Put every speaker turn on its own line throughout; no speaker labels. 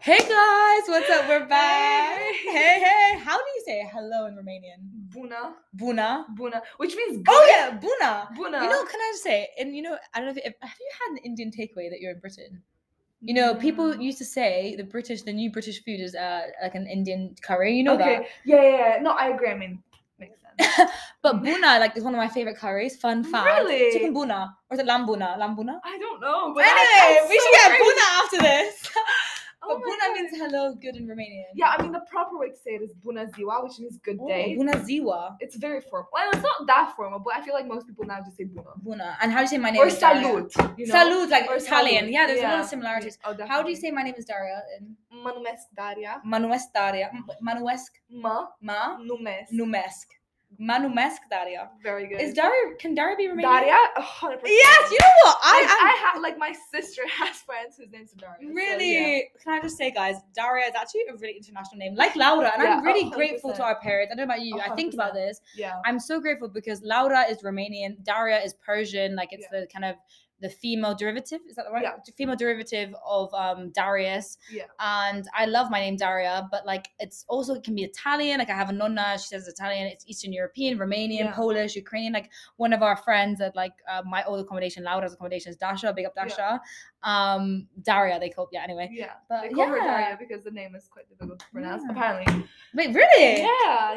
Hey guys, what's up? We're back. Hey, hey. How do you say hello in Romanian?
Buna,
Buna.
buna, which means good.
Oh yeah, buna.
buna.
You know, can I just say? And you know, I don't know if, if have you had an Indian takeaway that you're in Britain. You know, people
Mm.
used to say the British, the new British food is uh, like an Indian curry. You know
okay. Yeah, yeah, yeah. No, I agree. I mean, makes sense.
that. but buna, like, is one of my favorite curries. Fun fact:
Really?
chicken buna or is it lamb buna? Lamb buna.
I don't know. But that
Anyway,
sounds
we
so
should get
great.
buna after this.
Oh
but
my
buna
God.
means hello, good in Romanian.
Yeah, I mean the proper way to say it is buna ziwa, which means good
Oh,
day.
buna ziwa.
It's very formal. Well, it's not that formal, but I feel like most people now just say buna.
Buna. And how do you say my name?
Or
is Daria?
salute. You know?
Salud, like
Or
Italian.
salute,
Yeah, there's a lot
yeah.
of similarities.
Oh,
How do you
definitely.
say my name is Daria in
Manumesc Daria.
Manuesc Daria? M- Manuesc
Ma
ma
numesc.
numesc. Manumesc Daria.
Very good.
Is Daria can Daria be Romanian?
Daria? A hundred percent.
Yes, you know what?
I, I,
I
have like my sister has friends whose names are Daria.
am
so
really
yeah.
can I just say guys, Daria is actually a really international name. Like Laura, and I'm
Yeah,
really
a hundred
grateful to
percent.
our parents. I don't know about you.
A
I
hundred
think about this.
yeah.
I'm so grateful because Laura is Romanian, Daria is Persian, like it's the kind of the female derivative. Is that the right?
Yeah.
The Female derivative of um, Darius.
Yeah.
And I love my name Daria, but like it's also it can be Italian. Like I have a nonna, she says Italian. It's Eastern European, Romanian,
Yeah.
Polish, Ukrainian. Like one of our friends at like uh, my old accommodation, Laura's accommodation is Dasha. Big up
Yeah.
Dasha. Um, Daria, they call yeah. Anyway,
Yeah,
but
they call her
yeah.
Daria because the name is quite difficult to pronounce.
Yeah.
Apparently.
Wait, really?
Yeah,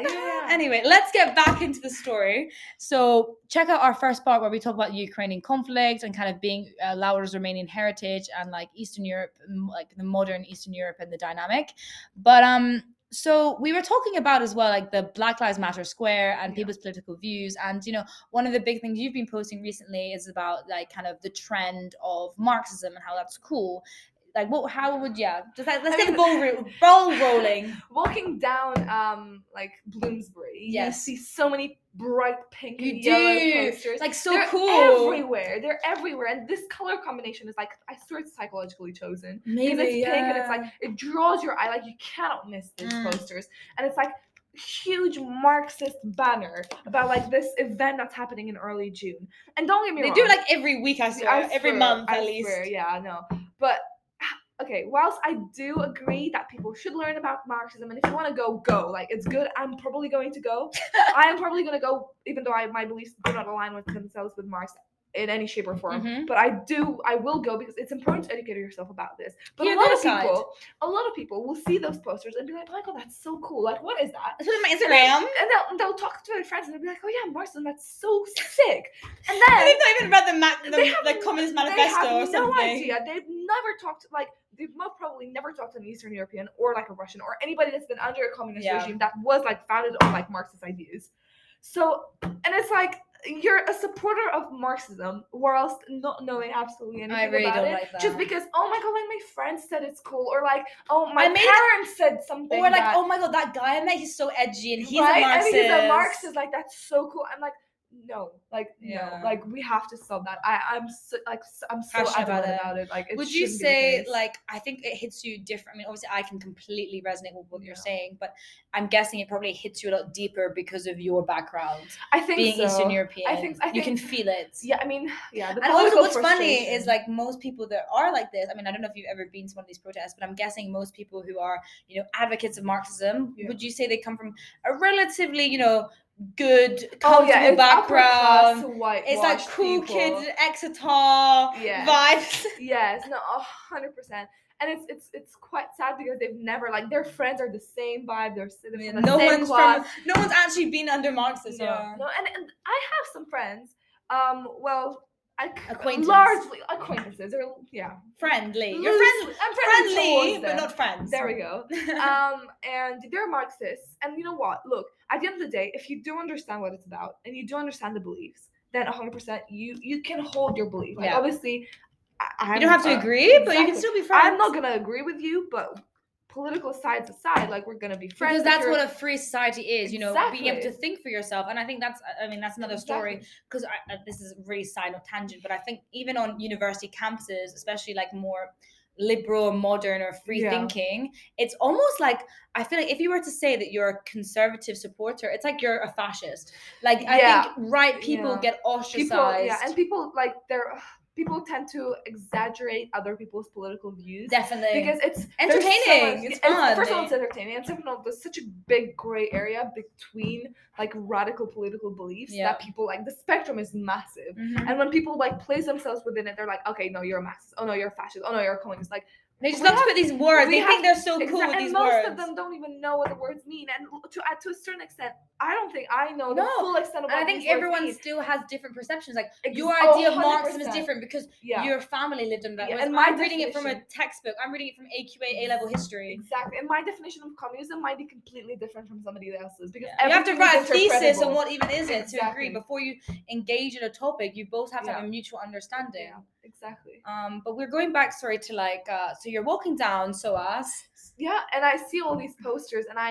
yeah.
Anyway, let's get back into the story. So, check out our first part where we talk about the Ukrainian conflict and kind of being uh, Laura's Romanian heritage and like Eastern Europe, m- like the modern Eastern Europe and the dynamic. But um, so we were talking about as well like the Black Lives Matter square and
Yeah.
people's political views, and you know one of the big things you've been posting recently is about like kind of the trend of Marxism and how that's cool. Like, what? How would yeah? Just like, let's
I
get the
mean-
ball, ro- ball rolling.
Walking down um like Bloomsbury,
Yes.
you see so many bright pink
You
and yellow
do.
posters.
It's like so
They're
cool.
everywhere. They're everywhere, and this color combination is like I swear it's psychologically chosen. Because it's pink and it's like it draws your eye. Like you cannot miss these
Mm.
posters, and it's like huge Marxist banner about like this event that's happening in early June. And don't get me
they
wrong,
do it, like every week, I swear, every
swear,
month
I
at least.
Swear, yeah, I know. But okay, whilst I do agree that people should learn about Marxism, and if you want to go, go. Like it's good. I'm probably going to go. I am probably going to go, even though I, my beliefs do not align with themselves with Marx in any shape or form.
Mhm.
But I do, I will go because it's important to educate yourself about this. But
Hear
a lot
their
of
side.
people, a lot of people will see those posters and be like, "Michael, that's so cool! Like, what is that?"
That's what my
And they'll-
Instagram.
and they'll, and they'll talk to their friends and they'll be like, "Oh yeah, Marxism, that's so sick!" And
And
then
they've not even read the, ma- the,
They have
the
n-
Communist
they
Manifesto
have
or something.
No idea. They've never talked like they've most probably never talked to an Eastern European or like a Russian or anybody that's been under a communist
Yeah.
regime that was like founded on like Marxist ideas. So and it's like you're a supporter of Marxism whilst not knowing absolutely anything
I really
about
don't
it.
like that.
Just because oh my god, like my friend said it's cool, or like oh my
I made-
parents said something,
or like,
that,
oh my god, that guy I met, he's so edgy and he's
right?
a Marxist.
And he's a Marxist. Like that's so cool. I'm like, no, like
Yeah.
no, like we have to stop that. I I'm so, like s- I'm so
Passionate about
adamant
it.
about it. Like, it
Would you
shouldn't be the
say
case.
like I think it hits you different? I mean, obviously, I can completely resonate with what you're
Yeah.
saying, but I'm guessing it probably hits you a lot deeper because of your background,
I think
being
so.
Eastern European.
think- I
you can
think-
feel it.
Yeah, I mean, yeah. The
and also
political
what's funny is
frustration.
like most people that are like this i mean i don't know if you've ever been to one of these protests but i'm guessing most people who are you know advocates of marxism
Yeah.
would you say they come from a relatively you know good comfortable
oh yeah, it's
background it's like
whitewashed
cool
people.
kids in exeter
Yeah.
vibes
Yes, no, a hundred percent. And it's it's it's quite sad because they've never like their friends are the same vibe. They're, s- they're from the
no
same
one's
class.
from no one's actually been under marxism
No, no, and, and I have some friends. Um, well, I c-
Acquaintance.
largely acquaintances. Or yeah,
friendly you're friendly
Loosely- I'm
friendly
towards
but
them.
not friends
There we go. Um, and they're Marxists, and you know what? Look, at the end of the day, if you do understand what it's about and you do understand the beliefs, then 100% you you can hold your belief. Like
Yeah.
obviously, I,
you
I'm,
don't have to
uh,
agree but you can
exactly.
still be friends
I'm not gonna agree with you, but political sides aside, like we're gonna be friends.
because
if
that's
you're-
what a free society is you know being able to
Exactly.
think for yourself and i think that's i mean that's another story
Exactly.
because this is really side or tangent but i think even on university campuses especially like more liberal or modern or free
Yeah.
thinking it's almost like i feel like if you were to say that you're a conservative supporter it's like you're a fascist like i
Yeah.
think right people
Yeah.
get ostracized
People, yeah, and people like they're people tend to exaggerate other people's political views.
Definitely.
Because it's there's so
entertaining.
much-
it's fun.
First of all, it's entertaining, and second of all, there's such a big gray area between like radical political beliefs
Yeah.
that people like. The spectrum is massive.
Mhm.
And when people like place themselves within it, they're like, okay, no, you're a Marxist. Oh no, you're a fascist. Oh no, you're a communist. Like,
They just
we
love to
have-
put these words.
we
They think
have-
they're so cool
exa-
with
and
these
most
words.
of them don't even know what the words mean. And to uh, to a certain extent, I don't think I know the
No,
full extent of
and
what
I think
these words
everyone
mean.
still has different perceptions. Like
Ex-
your
oh,
idea of Marxism is
100%.
different because
Yeah.
your family lived in that.
Yeah,
Whereas
and my
I'm reading it from a
definition-
textbook. I'm reading it from AQA A level history.
Exactly, and my definition of communism might be completely different from somebody else's because
You have to
everything is
write a thesis on
interpretable.
what even is it to agree
Exactly.
before you engage in a topic. You both have to have
Yeah.
a mutual understanding.
Yeah, exactly.
Um, but we're going back, sorry, to like uh, so you're walking down SOAS.
yeah and i see all these posters and i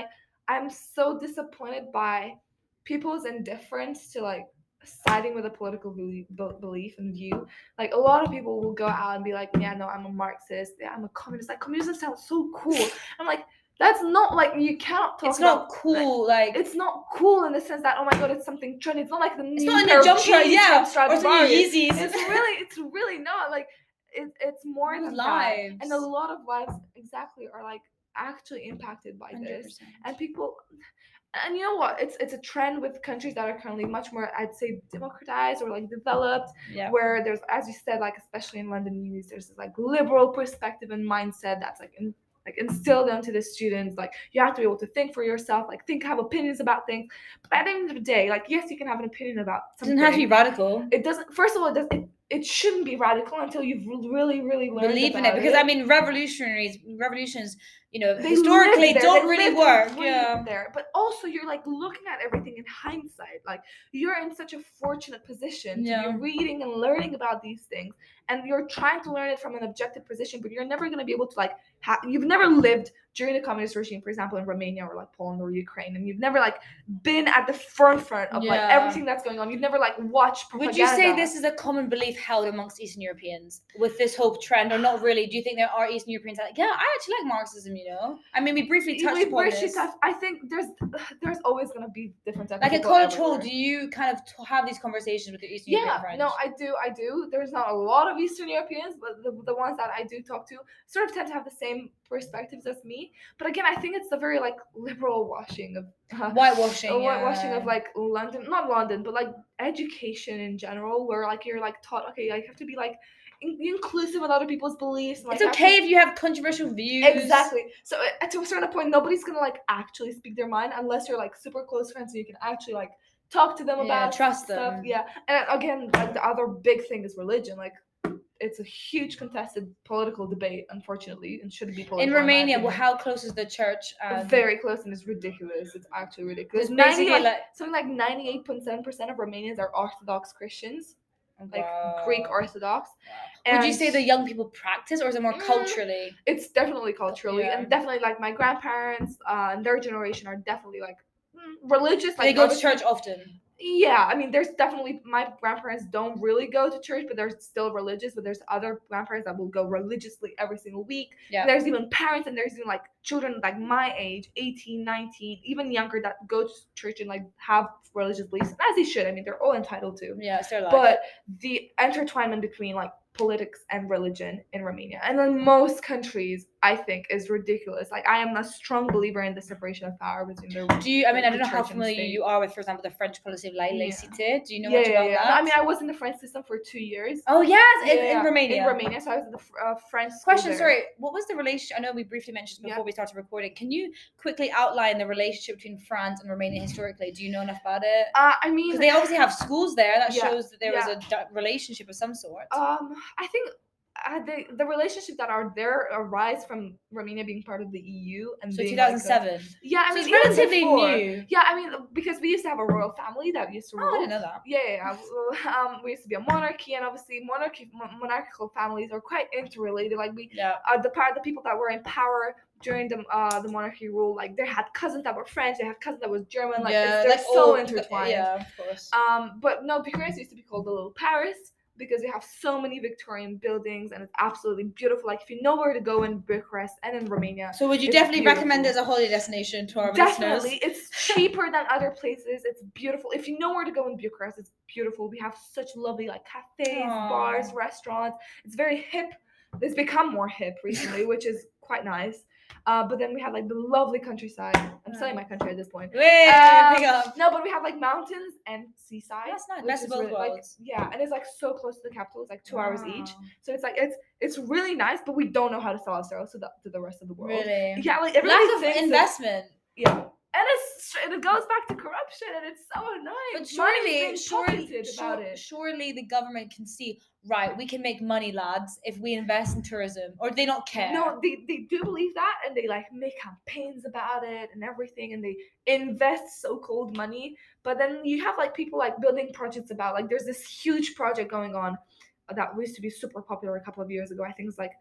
i'm so disappointed by people's indifference to like siding with a political belie- be- belief and view like a lot of people will go out and be like yeah no i'm a marxist yeah i'm a communist like communism sounds so cool i'm like that's not like you cannot talk
It's not
about-
cool, like
it's not cool in the sense that oh my god it's something trendy it's not like the
it's
new
not in
pair
a
of
jumper,
jeans
yeah,
from
or some
Stradivarius.
Yeezys.
it's really it's really not like it, it's more
People's
than that. and a
lives.
lot of lives exactly are like actually impacted by this
100%.
and people and you know what it's it's a trend with countries that are currently much more i'd say democratized or like developed
yeah.
where there's as you said like especially in london unis there's this like liberal perspective and mindset that's like in, like instilled onto the students like you have to be able to think for yourself like think have opinions about things but at the end of the day like yes you can have an opinion about something
doesn't have to be radical.
it doesn't first of all it does it, it shouldn't be radical until you've re- really really learned
Believe in it
about
because I mean revolutionaries revolutions, you know,
They
historically
live there,
don't
they
really
lived and
work.
breathed
Yeah.
there but also you're like looking at everything in hindsight like you're in such a fortunate position to
Yeah.
be reading and learning about these things and you're trying to learn it from an objective position but you're never going to be able to like ha- you've never lived during the communist regime for example in romania or like poland or ukraine and you've never like been at the forefront of like
Yeah.
everything that's going on you've never like watched
Would you say
propaganda.
this is a common belief held amongst Eastern Europeans with this whole trend, or not really? Do you think there are Eastern Europeans that, like, yeah, I actually like Marxism, you know? I mean, we briefly
Yeah,
touched
we-
upon
we're shit
this.
tough. I think there's there's always gonna be different types
Like
of
at
people
college hall,
everywhere.
do you kind of t- have these conversations with your Eastern
yeah,
European friends?
no, I do, I do. There's not a lot of Eastern Europeans, but the, the ones that I do talk to sort of tend to have the same perspectives as me. But again, I think it's the very like liberal washing of uh,
whitewashing.
a whitewashing of
yeah.
like London, not London, but like education in general, where like you're like taught, okay, like you have to be like in- inclusive with other people's beliefs. and,
It's
like, have to-
okay if you have controversial views.
Exactly. So uh, at a certain point, nobody's gonna like actually speak their mind unless you're like super close friends and you can actually like talk to them
Yeah,
about
trust
stuff.
them.
Yeah. And uh, again, like the other big thing is religion. Like it's a huge contested political debate, unfortunately, and should be political.
In
my
Romania, well,
opinion.
how close is the church? And
very close and it's ridiculous. It's actually ridiculous.
It's basically
90, like,
like,
something like ninety-eight point seven percent of Romanians are Orthodox Christians, like Greek
Wow.
Orthodox.
Would you say
and-
the young people practice, or is it more
Mm.
culturally?
it's definitely culturally
Yeah.
and definitely like my grandparents uh, and their generation are definitely like mm, religious like
they go to
obviously-
church often.
yeah i mean there's definitely my grandparents don't really go to church but they're still religious but there's other grandparents that will go religiously every single week
Yeah.
there's even parents and there's even like children like my age 18 19 even younger that go to church and like have religious beliefs as they should i mean they're all entitled to
Yeah, it's their life.
but the intertwinement between like politics and religion in Romania and in most countries I think is ridiculous like I am a strong believer in the separation of power between the
do you? I mean, I don't know how
church and
familiar
state.
you are with, for example, the French policy of la-
Yeah.
laicité. Do you know
yeah,
much
yeah,
about
yeah.
that?
I mean I was in the French system for two years
oh yes, in,
Yeah, yeah,
in Romania.
in Romania so I was in the fr- uh, French school
Question,
there.
sorry, what was the relationship? I know we briefly mentioned this
Yeah.
before we started recording. Can you quickly outline the relationship between France and Romania historically? Do you know enough about it?
uh, I mean
Because they obviously have schools there. That
Yeah,
shows that there was a di- relationship of some sort.
Um, I think uh, the the relationship that are there arise from Romania being part of the EU and
so
being, like, a-
2007.
yeah, I
so
mean
it's
even
relatively
before-
new.
Yeah, I mean because we used to have a royal family that used to
Oh, I
rule.
didn't know that.
Yeah, yeah, yeah. Um, we used to be a monarchy, and obviously, monarchy mon- monarchical families are quite interrelated. Like we,
Yeah.
uh, the part the people that were in power during the uh the monarchy rule, like they had cousins that were French, they had cousins that was German. Like
yeah,
it's, they're
like
so
all-
intertwined.
Yeah, of course.
Um, but no, Bucharest used to be called the Little Paris. because we have so many Victorian buildings and it's absolutely beautiful. Like if you know where to go in Bucharest and in Romania,
So would you
It's
definitely recommend it as
beautiful.
a holiday destination to our listeners?
definitely it's cheaper than other places. It's beautiful. If you know where to go in Bucharest, it's beautiful. We have such lovely like cafes,
Aw.
bars, restaurants. It's very hip. It's become more hip recently, which is quite nice. Uh, but then we have like the lovely countryside. I'm selling my country at this point.
Wait,
Um,
pick up.
No, but we have like mountains and seaside.
That's nice.
which
Best
is
of both
really- like,
worlds.
yeah, and it's like so close to the capital. It's like two hours each.
Wow.
So it's like it's it's really nice, but we don't know how to sell ourselves to the to the rest of the world.
Really.
Yeah, like everybody
Lack of
thinks that-
investment.
yeah, and it's and it goes back to corruption, and it's so annoying.
But
Money's being
surely, surely,
pocketed
sur- surely the government can see, right, we can make money, lads, if we invest in tourism. Or they don't care.
No, they, they do believe that, and they like make campaigns about it and everything, and they invest so-called money. But then you have like people like building projects about like there's this huge project going on that used to be super popular a couple of years ago. I think it's like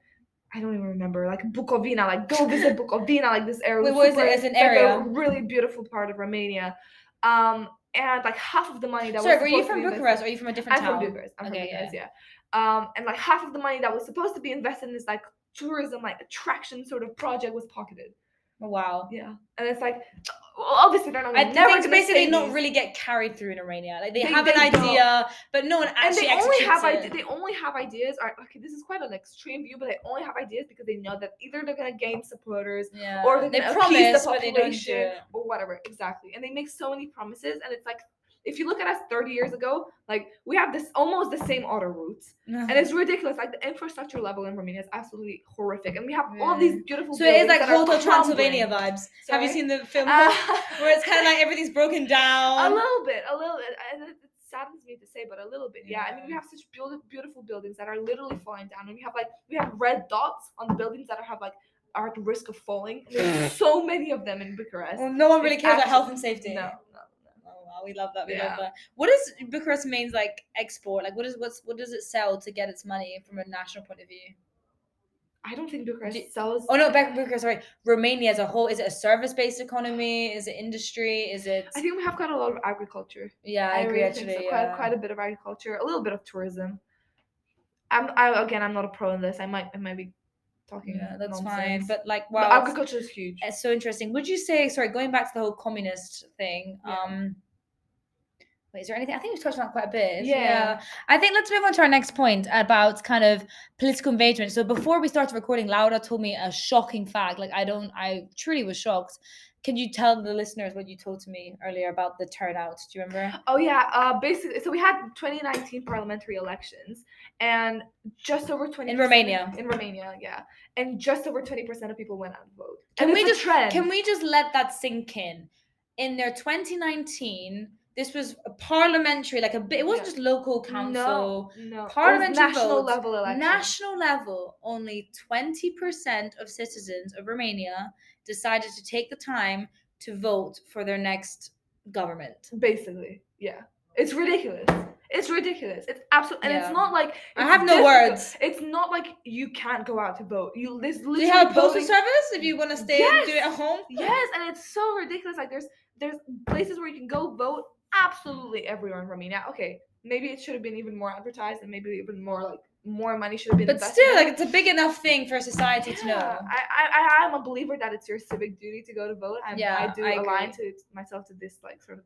I don't even remember like Bukovina, like go visit Bukovina, like this area.
Wait, what is
super-
it? It's an
like, a
area.
really beautiful part of Romania. Um, and like half of the money that
Sorry,
was
were you
supposed to
from
be invested-
Bucharest or are you from a different
I'm
town?
from Bucharest. I'm
Okay,
from Bucharest, yeah. Um, and like half of the money that was supposed to be invested in this like tourism, like attraction sort of project was pocketed.
Oh, wow.
Yeah, and it's like, well, obviously they're not.
I
Gonna,
think
never
things
gonna
basically
say
not
these.
really get carried through in Romania. Like they,
They-
have
they
an idea, but no one
And
actually
they only
executes
have
it.
ide- they only have ideas. Are, okay, this is quite an extreme view, but they only have ideas because they know that either they're gonna gain supporters
yeah.
or they're
they
gonna
promise,
appease the
but they don't do
population
it.
or whatever. Exactly, and they make so many promises, and it's like, if you look at us 30 years ago, like we have this almost the same auto routes. and it's ridiculous. Like the infrastructure level in Romania is absolutely horrific, and we have all these beautiful.
so it is
buildings
like
that are
Hotel Transylvania
crumbling.
vibes. Have you
Sorry?
seen the film
Uh,
where it's kind of like everything's broken
a
down?
little bit, a little bit, and it, it saddens me to say, but a little bit. Yeah, I mean, we
Yeah.
have such beautiful, beautiful buildings that are literally falling down, and we have like we have red dots on the buildings that are have like are at risk of falling. And there's so many of them in Bucharest.
well, no one really
It's
cares about
absolute-
health and safety.
No, no.
Oh wow, we love that. We
Yeah.
love that. What is Bucharest means like export? Like what is what's what does it sell to get its money from a national point of view?
I don't think Bucharest
Do-
sells.
Oh no, back Bucharest, sorry. Romania as a whole, is it a service based economy? Is it industry? Is it
I think we have quite a lot of agriculture.
Yeah, I, agree
really think
actually.
so.
yeah.
Quite, quite a bit of agriculture, a little bit of tourism. I'm I, again, I'm not a pro in this. I might I might be talking.
Yeah, that's fine.
nonsense.
But like
But
wow, it's-
agriculture is huge.
it's so interesting. Would you say, sorry, going back to the whole communist thing,
Yeah.
um Wait, is there anything? I think we've touched on that quite a bit.
Yeah.
I think let's move on to our next point about kind of political engagement. So before we started recording, Laura told me a shocking fact. Like I don't, I truly was shocked. Can you tell the listeners what you told to me earlier about the turnout? Do you remember?
Oh yeah, uh, basically, so we had 2019 parliamentary elections, and just over 20
In Romania.
In Romania, yeah, and just over 20 percent of people went out and vote.
Can
and
we
it's a
just-
trend?
Can we just let that sink in? In their 2019, this was a parliamentary, like a bit, it wasn't
Yeah.
just local council.
No, no. it was
parliamentary
national
votes,
level election.
National level, only 20% of citizens of Romania decided to take the time to vote for their next government.
basically, yeah. It's ridiculous. It's ridiculous. It's absolutely, and
Yeah.
it's not like
I
it's
have no
difficult.
words.
It's not like you can't go out to vote. You this
Do
literally
you have a postal
voting-
service if you want to stay and do it at
Yes!
home?
Yes, and it's so ridiculous. Like there's there's places where you can go vote absolutely everywhere in Romania. Okay, maybe it should have been even more advertised and maybe even more like more money should have been.
But
invested
still,
in it.
like it's a big enough thing for society to
Yeah,
know.
I, I I am a believer that it's your civic duty to go to vote. i
Yeah,
I do
I
align to myself to this like sort of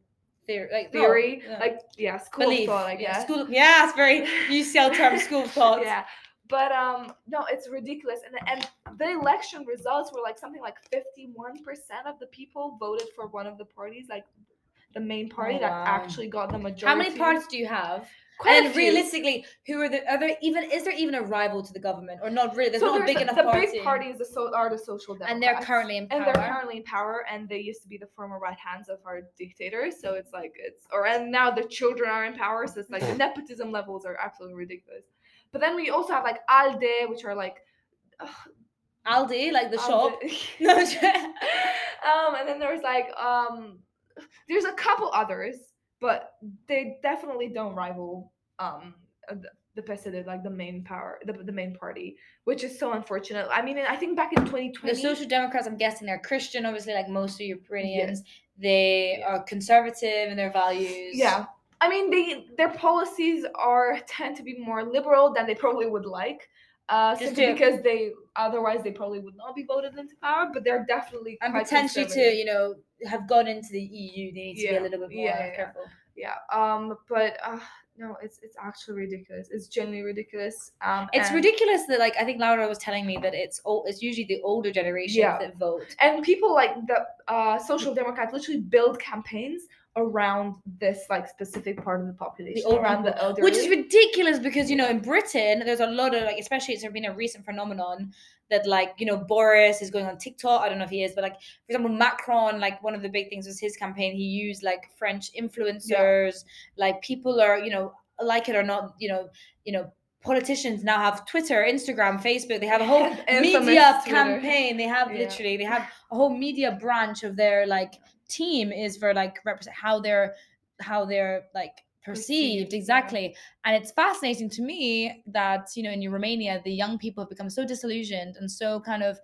Theory, like, no,
theory,
yeah.
like yeah, school of
belief.
thought, I
yeah,
guess.
school. Yeah, it's very UCL term. School of thought.
Yeah. But um no, it's ridiculous. And and the election results were like something like fifty one percent of the people voted for one of the parties, like the main party
wow.
that actually got the majority.
How many parts do you have?
Quite
and
a
then
few.
realistically, who are the other even? Is there even a rival to the government, or not really? There's
So
not a big
the,
enough
the
party.
big party is the so, are the social democrats.
and they're currently in power.
and they're currently in power, and they used to be the former right hands of our dictator. So it's like it's, or and now the children are in power. So it's like the nepotism levels are absolutely ridiculous. But then we also have like ALDE, which are like
Aldi, like the
Um,
shop.
ALDE.
No, I'm joking.
um, and then there's like um, there's a couple others, but they definitely don't rival um uh, the, the PSD, like the main power, the, the main party, which is so unfortunate. I mean, I think back in 2020,
the Social Democrats. I'm guessing they're Christian, obviously, like most of Ukrainians. They are conservative in their values.
yeah, I mean, they their policies are tend to be more liberal than they probably would like, uh,
Just
simply
to-
because they otherwise they probably would not be voted into power. But they're definitely
and
quite
potentially to
conservative.
you know have gone into the EU, they need to be
Yeah,
a little bit more
yeah, yeah.
careful.
yeah. Um, but uh, no, it's it's actually ridiculous. It's genuinely ridiculous. Um,
It's
and-
ridiculous that like I think Laura was telling me that it's all it's usually the older generation
Yeah.
that vote.
and people like the uh, social democrats literally build campaigns around this like specific part of the population
old
around the elderly
Which is ridiculous because you know in Britain there's a lot of like especially it's been a recent phenomenon that like you know Boris is going on TikTok I don't know if he is but like for example Macron like one of the big things was his campaign he used like French influencers like people are you know like it or not you know you know politicians now have Twitter Instagram Facebook they have a whole
Infamous
media
Twitter.
campaign they have
Yeah.
literally they have a whole media branch of their like team is for like represent how they're how they're like perceived,
Perceived, yeah.
exactly and it's fascinating to me that you know in romania the young people have become so disillusioned and so kind of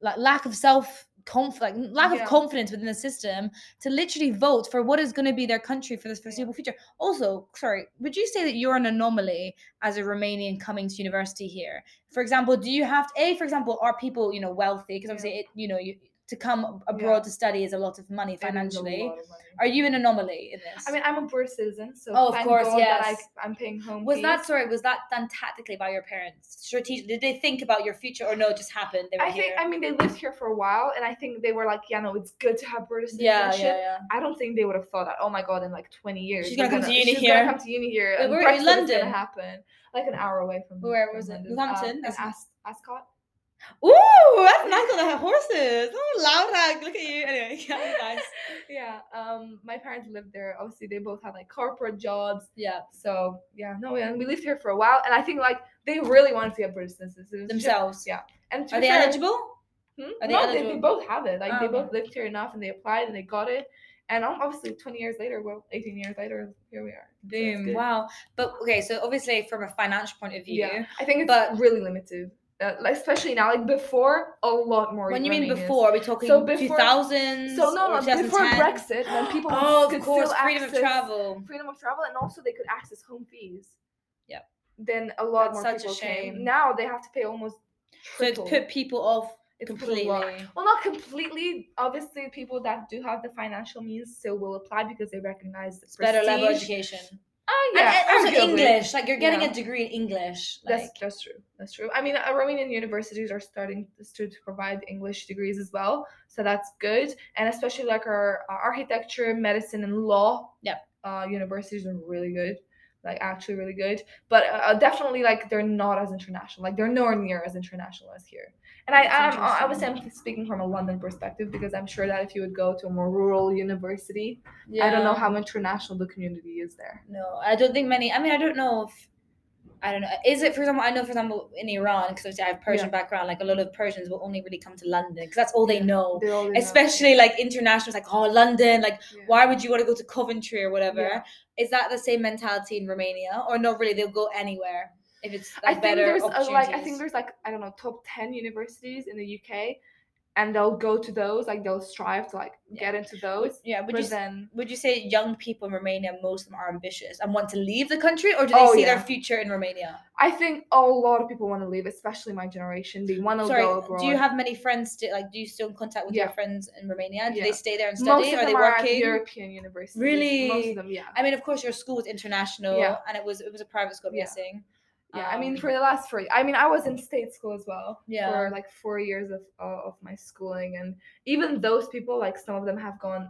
like lack of self conf like lack
Yeah.
of confidence within the system to literally vote for what is going to be their country for the foreseeable future also sorry would you say that you're an anomaly as a romanian coming to university here for example do you have to, a for example are people you know wealthy because
Yeah.
obviously it you know you to come abroad to study is a lot of money
It is a
financially
lot of money.
are you an anomaly in this
i mean i'm a british citizen so
Oh, of
thank
course,
God
yes.
that I, i'm paying home
was that
fees.
sorry was that done tactically by your parents strategic did they think about your future or no it just happened they were
i
here
think i mean they lived here for a while and i think they were like yeah no it's good to have british
yeah, yeah
citizenship
yeah
i don't think they would have thought that oh my god in like 20 years
She's
we're
gonna come to uni
she's
here.
gonna come to uni here
But
and
we're in
Brexit is
London.
gonna happen like an hour away from
Where
from
was it?
London.
Northampton?
um, in
That's nice.
As- ascot
Ooh, that's nice on the horses. Oh, Laura, look at you. Anyway, yeah, nice.
yeah um my parents lived there obviously they both had like corporate jobs
Yeah,
so yeah no and we lived here for a while and i think like they really want to get british citizenship
themselves.
yeah. and to
Are
be
they
fair-
eligible?
Hmm?
Are they
no they, they
eligible?
both have it like
Oh,
they
okay.
both lived here enough and they applied and they got it and um, obviously 20 years later well 18 years later here we are So it's
Boom.
good.
Wow. But okay, so obviously from a financial point of view,
yeah i think it's
But-
really limited uh, like, especially now like before a lot more
when you mean
Romanians.
before, mm, are we talking
So before-
2000s?
so no
or
no before
2010?
brexit when people
oh,
could
of course,
still
freedom
access-
of travel.
freedom of travel and also they could access home fees.
Yep.
Then a lot
That's
more
such a
people
shame.
came. Now they have to pay almost
So it's
triple.
put people off
It's put a
completely.
lot- Well, not completely. Obviously, people that do have the financial means still will apply because they recognize the
Better level
prestige.
education.
Oh
And-
yeah,
and, also
arguably.
English. Like you're getting
Yeah.
a degree in English. Like,
That's that's true. That's true. I mean, uh, Romanian universities are starting to, to provide English degrees as well, so that's good. And especially like our, uh architecture, medicine, and law.
Yep.
Uh, universities are really good, like actually really good. But uh, definitely, like they're not as international. Like they're nowhere near as international as here. And I,
That's
I'm I was
interesting.
I'm speaking from a London perspective because I'm sure that if you would go to a more rural university, I don't know
Yeah.
how international the community is there.
No, I don't think many. I mean, I don't know if I don't know. Is it for example? I know for example in Iran because obviously I have Persian background. Like a lot of Persians will only really come to London because that's all they
Yeah.
know.
They're all in a-
Especially like international, it's like oh London. Like
Yeah.
why would you want to go to Coventry or whatever?
Yeah.
Is that the same mentality in Romania or not really? They'll go anywhere if it's like,
I think
better
there's a,
opportunities.
like I think there's like I don't know top ten universities in the UK, and they'll go to those like they'll strive to like
Yeah.
get into
Would-
those.
yeah. Would
but
you s-
then
would you say young people in Romania most of them are ambitious and want to leave the country or do they
Oh,
see their
yeah.
future in Romania?
I think a lot of people want to leave, especially my generation. They want to
Sorry,
go abroad.
do you have many friends? Sti- like, do you still in contact with your
Yeah.
friends in Romania? Do they
Yeah.
stay there and
most
study?
of
Are they
them are at
working?
European universities. most
Really?
of them, yeah.
I mean, of course, your school was international,
Yeah.
and it was it was a private school, I'm
Yeah.
guessing.
Yeah, I mean,
Um,
for the last four, I mean, I was in state school as well
Yeah.
for like four years of uh, of my schooling, and even those people, like some of them have gone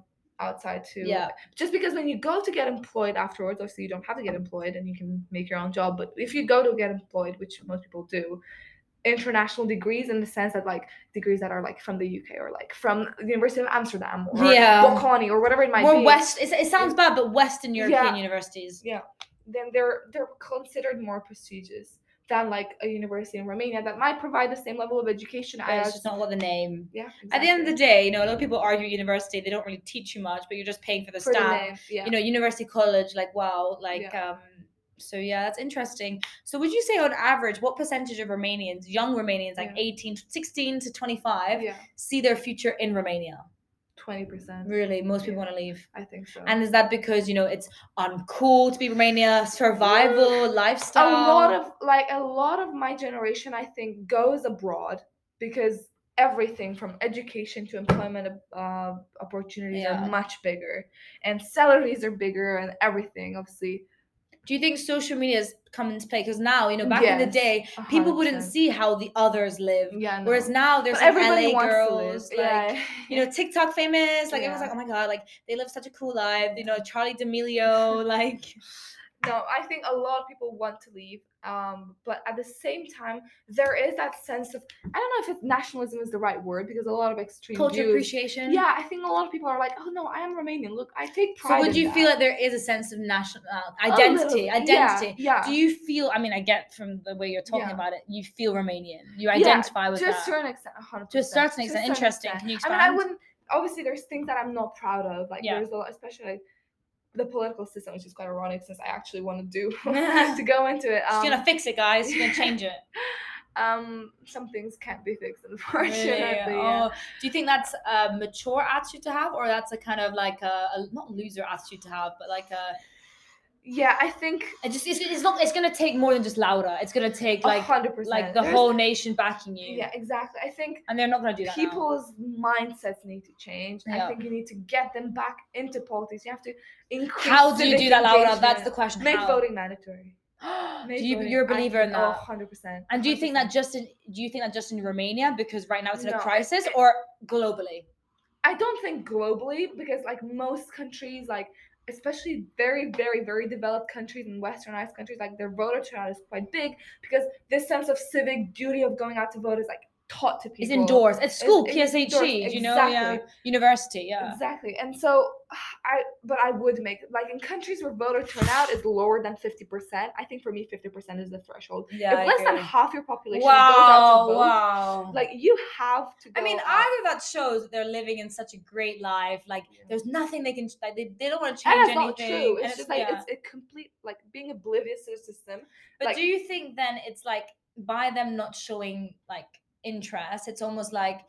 outside too.
Yeah.
Just because when you go to get employed afterwards, obviously you don't have to get employed and you can make your own job, but if you go to get employed, which most people do, international degrees in the sense that like degrees that are like from the UK or like from the University of Amsterdam or
Yeah.
Bocconi or whatever it might
more
be.
West. It, it sounds bad, but Western European
Yeah.
universities.
then they're they're considered more prestigious than like a university in Romania that might provide the same level of education
but It's
as
just not what the name.
yeah.
At the end of the
exactly.
day, you know, a lot of people argue university. They don't really teach you much, but you're just paying for the
For the
staff.
name, yeah.
You know, university college, like wow, like um. So yeah, that's interesting. So would you say on average, what percentage of Romanians, young Romanians, like
Yeah.
18, 16 to 25,
yeah.
see their future in Romania.
Twenty percent.
Really, most people want to leave.
I think so.
And is that because you know it's uncool to be Romania, survival,
a
lifestyle?
lot
Um,
of like a lot of my generation, I think, goes abroad because everything from education to employment uh, opportunities
Yeah.
are much bigger, and salaries are bigger, and everything obviously.
Do you think social media has come into play? Because now you know, back in the
Yes,
day,
a
people
hundred
wouldn't
percent.
see how the others live.
Yeah.
Whereas now there's
But
some
everybody
LA
wants
girls,
to live.
like
yeah.
you know, TikTok famous. Like everyone's
Yeah.
like, oh my god, like they live such a cool life. You know, Charlie D'Amelio, like
no i think a lot of people want to leave um, but at the same time there is that sense of i don't know if it's nationalism is the right word because a lot of extreme
culture
views-
appreciation.
yeah i think a lot of people are like oh no i am romanian look i take
So
pride
would
in
you
that."
feel that there is a sense of national uh,
A
identity?
little- yeah,
identity.
yeah,
Do you feel? I mean, I get from the way you're talking
Yeah.
about it, you feel Romanian. You
Yeah,
identify with
to
that.
a certain extent 100
to a certain extent. Interesting. Can you
i
expand?
mean i wouldn't obviously there's things that i'm not proud of like
Yeah.
there's a lot especially like, the political system which is quite ironic since i actually want to do to go into it
She's gonna fix it, guys. She's gonna change it.
um some things can't be fixed
Really?
unfortunately yeah.
Oh, do you think that's a mature attitude to have, or that's a kind of like a, a not loser attitude to have, but like a
Yeah, i think
it just it's, it's not it's gonna take more than just Laura. It's gonna take
a
like
100%
like the
There's-
whole nation backing you.
yeah exactly i think
And they're not gonna do that. now.
people's mindsets need to change
Yeah.
i think you need to get them back into politics you have to increase
How do you
civic
do that, Laura? That's
engagement.
the question.
make
How?
voting mandatory
do
Make
you,
voting-
you're a
I
believer in
think- oh,
that.
100%
And do you think that
100%.
just in do you think that just in Romania because right now it's in a
No.
crisis or globally?
i don't think globally because like most countries like especially very very very developed countries and westernized countries like their voter turnout is quite big because this sense of civic duty of going out to vote is like taught to people
It's indoors at school,
it's
PSHE,
indoors,
E, you know, yeah,
exactly.
university, yeah.
Exactly. And so I but I would make like in countries where voter turnout is lower than 50%, I think for me 50% is the threshold.
Yeah,
if
I
less than
agree.
half your population goes out
wow,
to vote,
wow.
like you have to go
I mean,
out.
either that shows that they're living in such a great life, like there's nothing they can like they, they don't want to change
and that's
anything.
not true. It's,
and
just like
yeah.
it's a complete like being oblivious to the system.
But
like-
do you think then it's like by them not showing like interest, it's almost like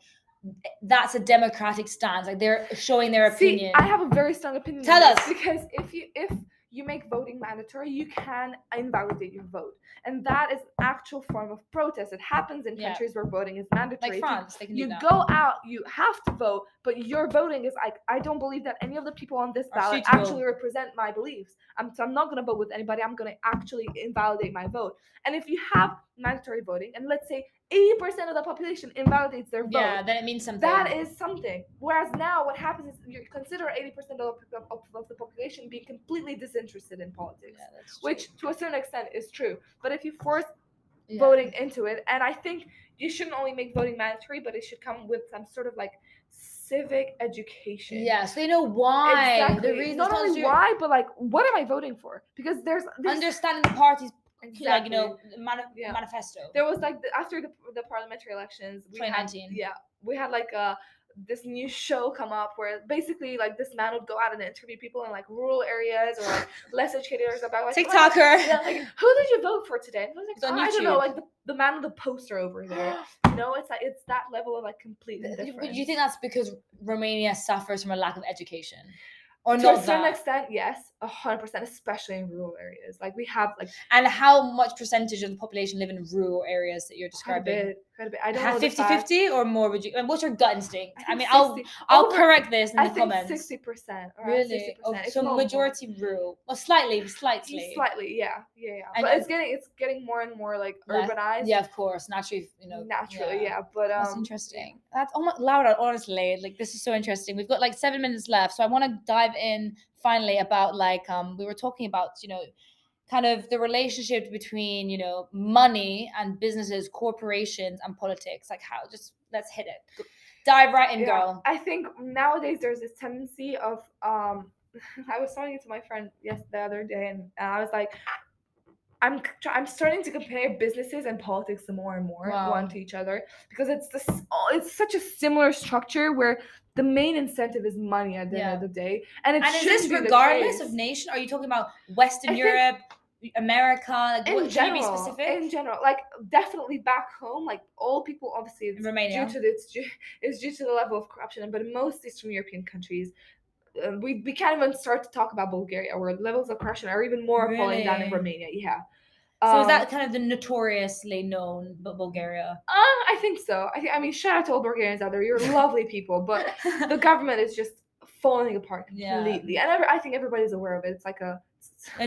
eh, that's a democratic stance, like they're showing their
See,
opinion.
I have a very strong opinion. on
Tell
this
us.
because if you if you make voting mandatory, you can invalidate your vote, and that is actual form of protest. It happens in
Yeah.
countries where voting is mandatory.
like
If you
France, they can
you
do that.
go out, you have to vote, but your voting is like I don't believe that any of the people on this
Are
ballot
suitable.
actually represent my beliefs. I'm so I'm not gonna vote with anybody. I'm gonna actually invalidate my vote. And if you have mandatory voting, and let's say 80% of the population invalidates their vote.
yeah, then it means something.
That is something. Whereas now, what happens is you consider 80% of, the- of, of the population being completely disinterested in politics,
Yeah, that's true.
which to a certain extent is true. But if you force
Yeah.
voting into it. And I think you shouldn't only make voting mandatory, but it should come with some sort of like civic education.
Yeah, so they know why the reason
Not only why, but like, what am I voting for? Because there's, there's
understanding the party's like you know mani-
Yeah.
manifesto.
there was like the, after the, the parliamentary elections, we had
2019.
yeah, we had like a this new show come up where basically like this man would go out and interview people in like rural areas or like less educated areas about like, "Oh,
TikToker.
yeah, like who did you vote for today? And I was like,
It's on
"Oh, I don't know,
YouTube.
like the, the man with the poster over there. You know, it's like it's that level of like complete
Th-
indifference.
But do you think that's because Romania suffers from a lack of education, or
to a
not
certain
that?
extent, yes, a hundred percent, especially in rural areas. Like we have like
and how much percentage of the population live in rural areas that you're
quite a
describing?
bit, quite a bit. I don't know the
50
facts.
50 or more would you and what's your gut instinct i,
think
mean i'll
60
i'll
over-
correct this in
I
the
think
comments
sixty percent.
really oh,
percent.
so majority rural well slightly slightly
slightly, yeah, yeah, yeah.
And
but
then-
it's getting it's getting more and more like
Less-
urbanized.
yeah of course naturally you know
naturally, yeah. But um,
That's interesting. That's almost Laura, honestly, like this is so interesting. We've got like seven minutes left. So I want to dive in finally about like um we were talking about, you know, kind of the relationship between, you know, money and businesses, corporations and politics. Like how just let's hit it. Go- Dive right in,
Yeah,
girl.
I think nowadays there's this tendency of um I was talking to my friend yes the other day and, and I was like I'm c- try- I'm starting to compare businesses and politics more and more
Wow.
one to each other because it's this oh, it's such a similar structure where the main incentive is money at the
Yeah.
end of the day and it
And is
shouldn't
this
be the
regardless of
case.
nation? Are you talking about Western
I think-
Europe, America? Like,
in
what, can you
general,
be specific?
in general, like definitely back home, like all people obviously it's
Romania.
due to this, it's due to the level of corruption, but most Eastern European countries, uh, we we can't even start to talk about Bulgaria, where the levels of corruption are even more falling down in
Really?
Romania. Yeah.
so is
Um,
that kind of the notoriously known Bu- Bulgaria?
Uh, I think so. I, think I mean, shout out to all Bulgarians out there. You're lovely people, but the government is just falling apart
Yeah.
completely, and every, I think everybody's aware of it. It's like a.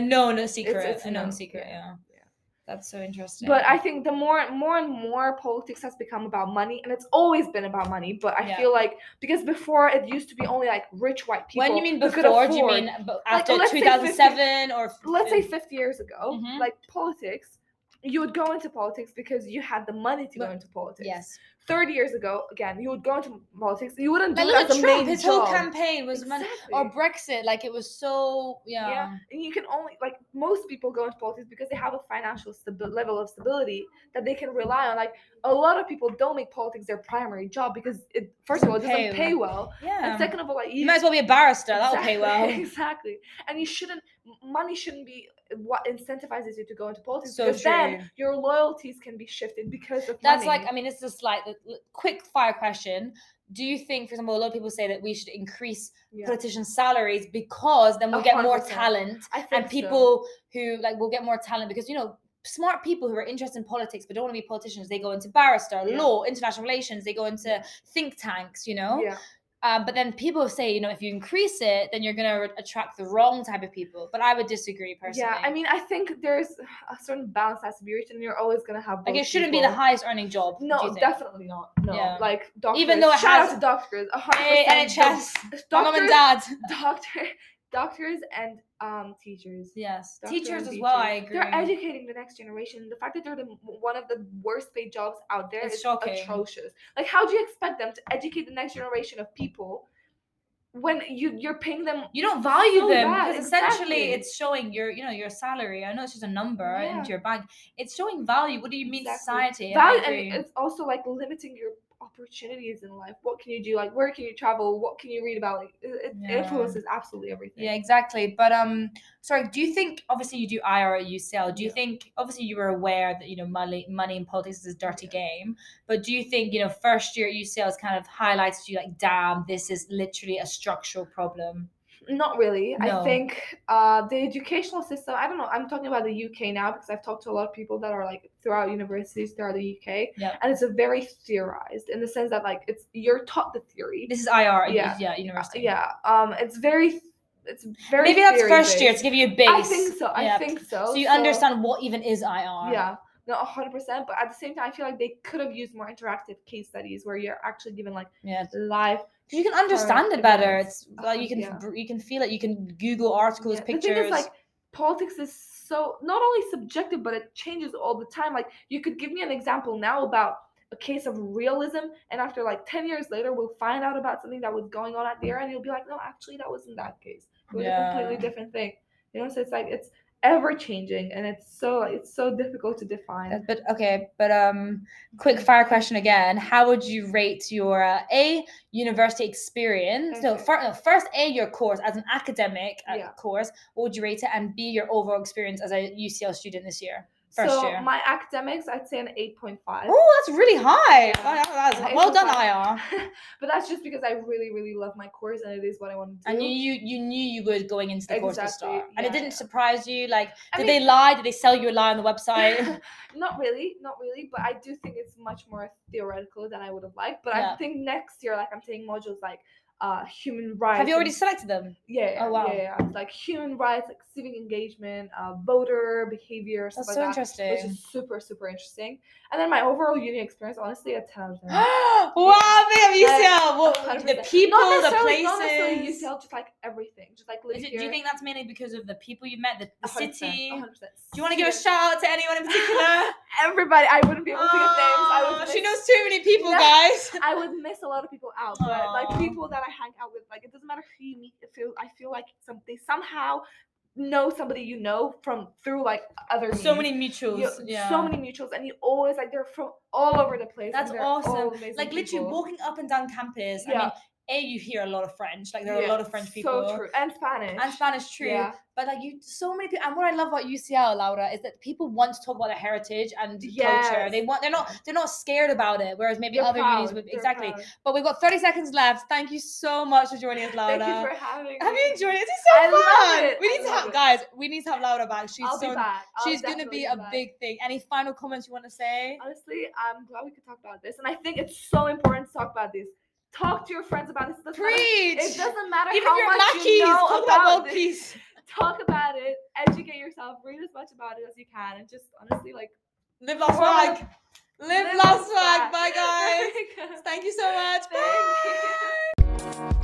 a known secret,
it's
a known,
known,
secret.
yeah,
Yeah.
yeah.
that's so interesting.
But I think the more, more and more politics has become about money, and it's always been about money. But I
Yeah.
feel like because before it used to be only like rich white people.
when you mean
who could
before, do you
afford-
mean bu- after
let's say
2007 or
let's say 50 years ago,
Mhm.
like politics, you would go into politics because you had the money to go
But-
into politics.
yes?
30 years ago, again, you would go into politics. You wouldn't do
Like
it
look
as
at
a
Trump,
main
his
job.
whole campaign was money. Or Brexit, like it was so yeah.
Yeah. and you can only like most people go into politics because they have a financial stabi- level of stability that they can rely on like a lot of people don't make politics their primary job because it first of all it doesn't
Pay
pay,
well.
well
Yeah.
and second of all like
you might as well be a barrister. That'll pay well.
exactly and you shouldn't m- money shouldn't be what incentivizes you to go into politics
So
because
true.
then your loyalties can be shifted because of
That's
money.
like I mean, it's just like the l- quick fire question. Do you think, for example, a lot of people say that we should increase
Yeah.
politicians' salaries because then we'll
A
get more
hundred percent.
talent
I
and
think so.
people who like will get more talent because you know smart people who are interested in politics but don't want to be politicians they go into barrister
Yeah.
law international relations they go into think tanks you know
yeah
um, but then people say you know if you increase it then you're going to re- attract the wrong type of people but i would disagree personally
yeah i mean i think there's a certain balance has to be reached and you're always going to have
like
both
it shouldn't be
people.
the highest earning job do you
No,
think?
definitely not. No,
Yeah.
like doctors.
Even though it
shout
has-
out to doctors, a hundred
Hey,
percent.
nhs
doc-
my mom and
Doctors,
dad
doctor, doctors, and um teachers.
yes
Doctors
teachers
and
as well i
teachers.
agree
They're educating the next generation. The fact that they're the, one of the worst paid jobs out there
It's
is
shocking.
atrocious. Like, how do you expect them to educate the next generation of people when you you're paying them?
you don't value
so
them
bad,
because essentially
exactly.
it's showing your you know your salary i know it's just a number
Yeah.
into your bank it's showing value what do you mean
Exactly.
society I
Value,
agree.
and it's also like limiting your opportunities in life. What can you do? Like, where can you travel? What can you read about? Like, it, it
Yeah.
influences absolutely everything.
yeah exactly but um sorry do you think obviously you do ir at ucl do you
Yeah.
think obviously you were aware that you know money money in politics is a dirty game but do you think you know first year at ucl has kind of highlighted to you like damn this is literally a structural problem
Not really.
No.
I think uh, the educational system, I don't know, I'm talking about the UK now because I've talked to a lot of people that are like throughout universities throughout the UK.
Yep.
And it's a very theorized in the sense that like it's you're taught the theory.
this is ir at
Yeah. Uh,
U- yeah university
Yeah. Um it's very it's very
maybe that's first year to
theory-based.
give you a base
I think so. I
Yeah.
think so.
so you understand what even is ir yeah
Yeah. No, hundred percent. But at the same time I feel like they could have used more interactive case studies where you're actually given like
yeah
live
'Cause you can
current
understand it better.
events.
It's like you
Uh,
can
yeah.
br- you can feel it. You can Google articles,
Yeah, The
pictures.
thing is, like, politics is so not only subjective, but it changes all the time. Like, you could give me an example now about a case of realism, and after like 10 years later, we'll find out about something that was going on at the era, and you'll be like, no, actually, that wasn't that case. It was a
Yeah.
completely different thing. You know, so it's like, it's ever changing, and it's so, it's so difficult to
Uh,
define.
but okay, but um, quick fire question again. How would you rate your uh, a university experience? So
Okay.
fir- no, first, a your course as an academic uh,
Yeah.
course. What would you rate it? And b your overall experience as a UCL student this year. First
so,
year.
my academics, I'd say an 8.5.
Oh, that's really high.
Yeah.
Wow, that- that's-
An
well done,
8.5.
IR.
but that's just because I really, really love my course, and it is what I want to do.
And you, you you knew you were going into the course to
Exactly,
start, and it
yeah,
didn't
yeah.
surprise you. Like,
I
did
mean-
they lie? Did they sell you a lie on the website?
not really, not really, but I do think it's much more theoretical than I would have liked. But
Yeah.
I think next year, like I'm taking modules like uh human rights.
Have you already
and-
selected them?
Yeah. yeah,
wow.
Yeah, yeah. Like human rights, like civic engagement, uh, voter behavior, stuff
That's so
like that, which
interesting.
is super super interesting. And then my overall uni experience, honestly, a ten out of ten. Not
wow, babe, you
Uh,
see how- what- the
100%.
people, the
necessarily- Not necessarily
places.
UCL, just like everything, just like
Is
living
it, do you
here,
think that's mainly because of the people you met, the, the
100%,
city?
100%.
Do you want to give a
Students.
shout out to anyone in particular?
Everybody, I wouldn't be able to give names.
Aw,
I would
she
miss-
knows too many people,
No.
guys.
I would miss a lot of people out, but
Aw.
like people that I hang out with, like it doesn't matter who you meet. It feels I feel like some they somehow know somebody you know from through like other
So
means.
many mutuals.
You-
yeah.
so many mutuals, and you always like they're from all over the place. and
That's
they're all
awesome.
amazing
Like literally
people.
walking up and down campus. I mean,
Yeah.
a you hear a lot of French. Like there are a
Yeah,
lot of French people.
So true. And Spanish.
And Spanish, true.
Yeah.
But like you, so many people. And what I love about UCL, Laura, is that people want to talk about their heritage and culture.
Yes.
They want. They're not. They're not scared about it. Whereas maybe
They're
other unis
proud.
would
They're
exactly.
proud.
But we've got 30 seconds left. Thank you so much for joining us, Laura.
Thank you for having
have
me.
you enjoyed it? This is so
I love
fun.
it.
We
I
need to
love
have
it.
guys. We need to have Laura back. She's
I'll
so.
be back. I'll
she's gonna
definitely
be a
back. Uh,
big thing. Any final comments you want to say?
Honestly, I'm glad we could talk about this, and I think it's so important to talk about this. Talk to your friends about this. It doesn't matter-
Preach.
It doesn't matter
Even
how
if you're
much
lackeys,
you know
talk about
about
world
this.
peace.
Talk about it. Educate yourself. Read as much about it as you can, and just honestly, like
Live last
Well,
swag. Live last swag. Bye, guys.
guys.
Thank you so much.
Thank
Bye.
you.